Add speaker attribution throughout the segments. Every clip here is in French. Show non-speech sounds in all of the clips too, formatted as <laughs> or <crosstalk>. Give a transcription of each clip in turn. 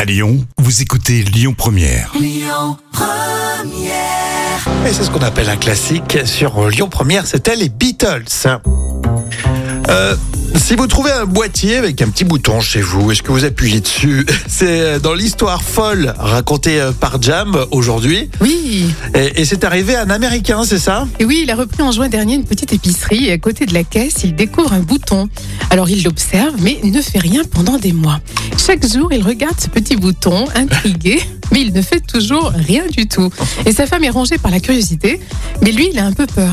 Speaker 1: À Lyon, vous écoutez Lyon Première.
Speaker 2: Et c'est ce qu'on appelle un classique sur euh, Lyon Première, c'était les Beatles. Euh, si vous trouvez un boîtier avec un petit bouton chez vous, est-ce que vous appuyez dessus <laughs> C'est euh, dans l'histoire folle racontée euh, par Jam aujourd'hui.
Speaker 3: Oui,
Speaker 2: Et, et c'est arrivé à un Américain, c'est ça
Speaker 3: et oui, il a repris en juin dernier une petite épicerie et à côté de la caisse, il découvre un bouton. Alors il l'observe mais ne fait rien pendant des mois. Chaque jour, il regarde ce petit bouton, intrigué, <laughs> mais il ne fait toujours rien du tout. Et sa femme est rongée par la curiosité, mais lui, il a un peu peur.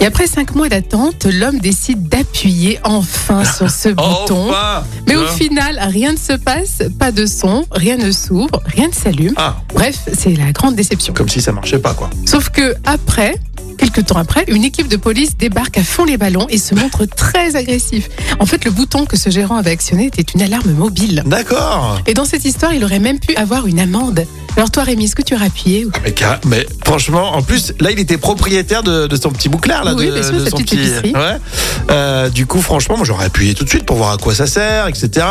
Speaker 3: Et après cinq mois d'attente, l'homme décide d'appuyer
Speaker 2: <laughs>
Speaker 3: enfin sur ce bouton.
Speaker 2: Enfin hein.
Speaker 3: Mais au final, rien ne se passe, pas de son, rien ne s'ouvre, rien ne s'allume.
Speaker 2: Ah,
Speaker 3: Bref, c'est la grande déception.
Speaker 2: comme si ça marchait pas, quoi.
Speaker 3: Sauf que après, quelques temps après, une équipe de police débarque à fond les ballons et se montre très agressif. En fait, le bouton que ce gérant avait actionné était une alarme mobile.
Speaker 2: D'accord
Speaker 3: Et dans cette histoire, il aurait même pu avoir une amende. Alors toi, Rémi, est-ce que tu aurais appuyé ou-
Speaker 2: mais, car- mais franchement, en plus, là, il était propriétaire de, de son petit bouclard, là,
Speaker 3: Oui,
Speaker 2: de,
Speaker 3: bien sûr,
Speaker 2: de
Speaker 3: sa
Speaker 2: son
Speaker 3: petite
Speaker 2: petit.
Speaker 3: épicerie.
Speaker 2: Ouais. Euh, du coup, franchement, moi, j'aurais appuyé tout de suite pour voir à quoi ça sert, etc.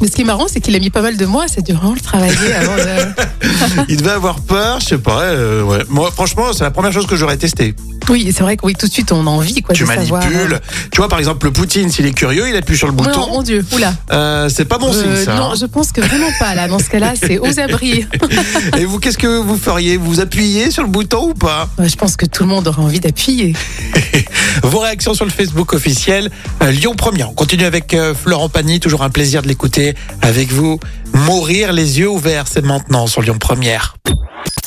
Speaker 3: Mais ce qui est marrant, c'est qu'il a mis pas mal de mois, ça a dû vraiment le
Speaker 2: <laughs>
Speaker 3: travailler avant de...
Speaker 2: Il devait avoir peur, je sais pas. euh, ouais. Moi, franchement, c'est la première chose que j'aurais testé.
Speaker 3: Oui, c'est vrai que oui, tout de suite, on a envie quoi,
Speaker 2: tu
Speaker 3: Bah, de
Speaker 2: manipules.
Speaker 3: savoir...
Speaker 2: Tu vois, par exemple, le Poutine, s'il est curieux, il appuie sur le
Speaker 3: Oh
Speaker 2: bouton.
Speaker 3: non, mon Dieu, oula.
Speaker 2: Euh, c'est pas bon signe,
Speaker 3: Euh,
Speaker 2: ça.
Speaker 3: non, je pense que vraiment pas, là. Dans ce cas-là, c'est aux
Speaker 2: <laughs>
Speaker 3: abris.
Speaker 2: hein. Et vous, qu'est-ce que vous feriez Vous appuyez sur le bouton ou pas
Speaker 3: Ouais, Bah, Je pense que tout le monde aurait envie d'appuyer.
Speaker 2: Vos réactions sur le Facebook officiel euh, Lyon Première. On continue avec euh, Florent Pagny. Toujours un plaisir de l'écouter avec vous. Mourir les yeux ouverts, c'est maintenant sur Lyon Première.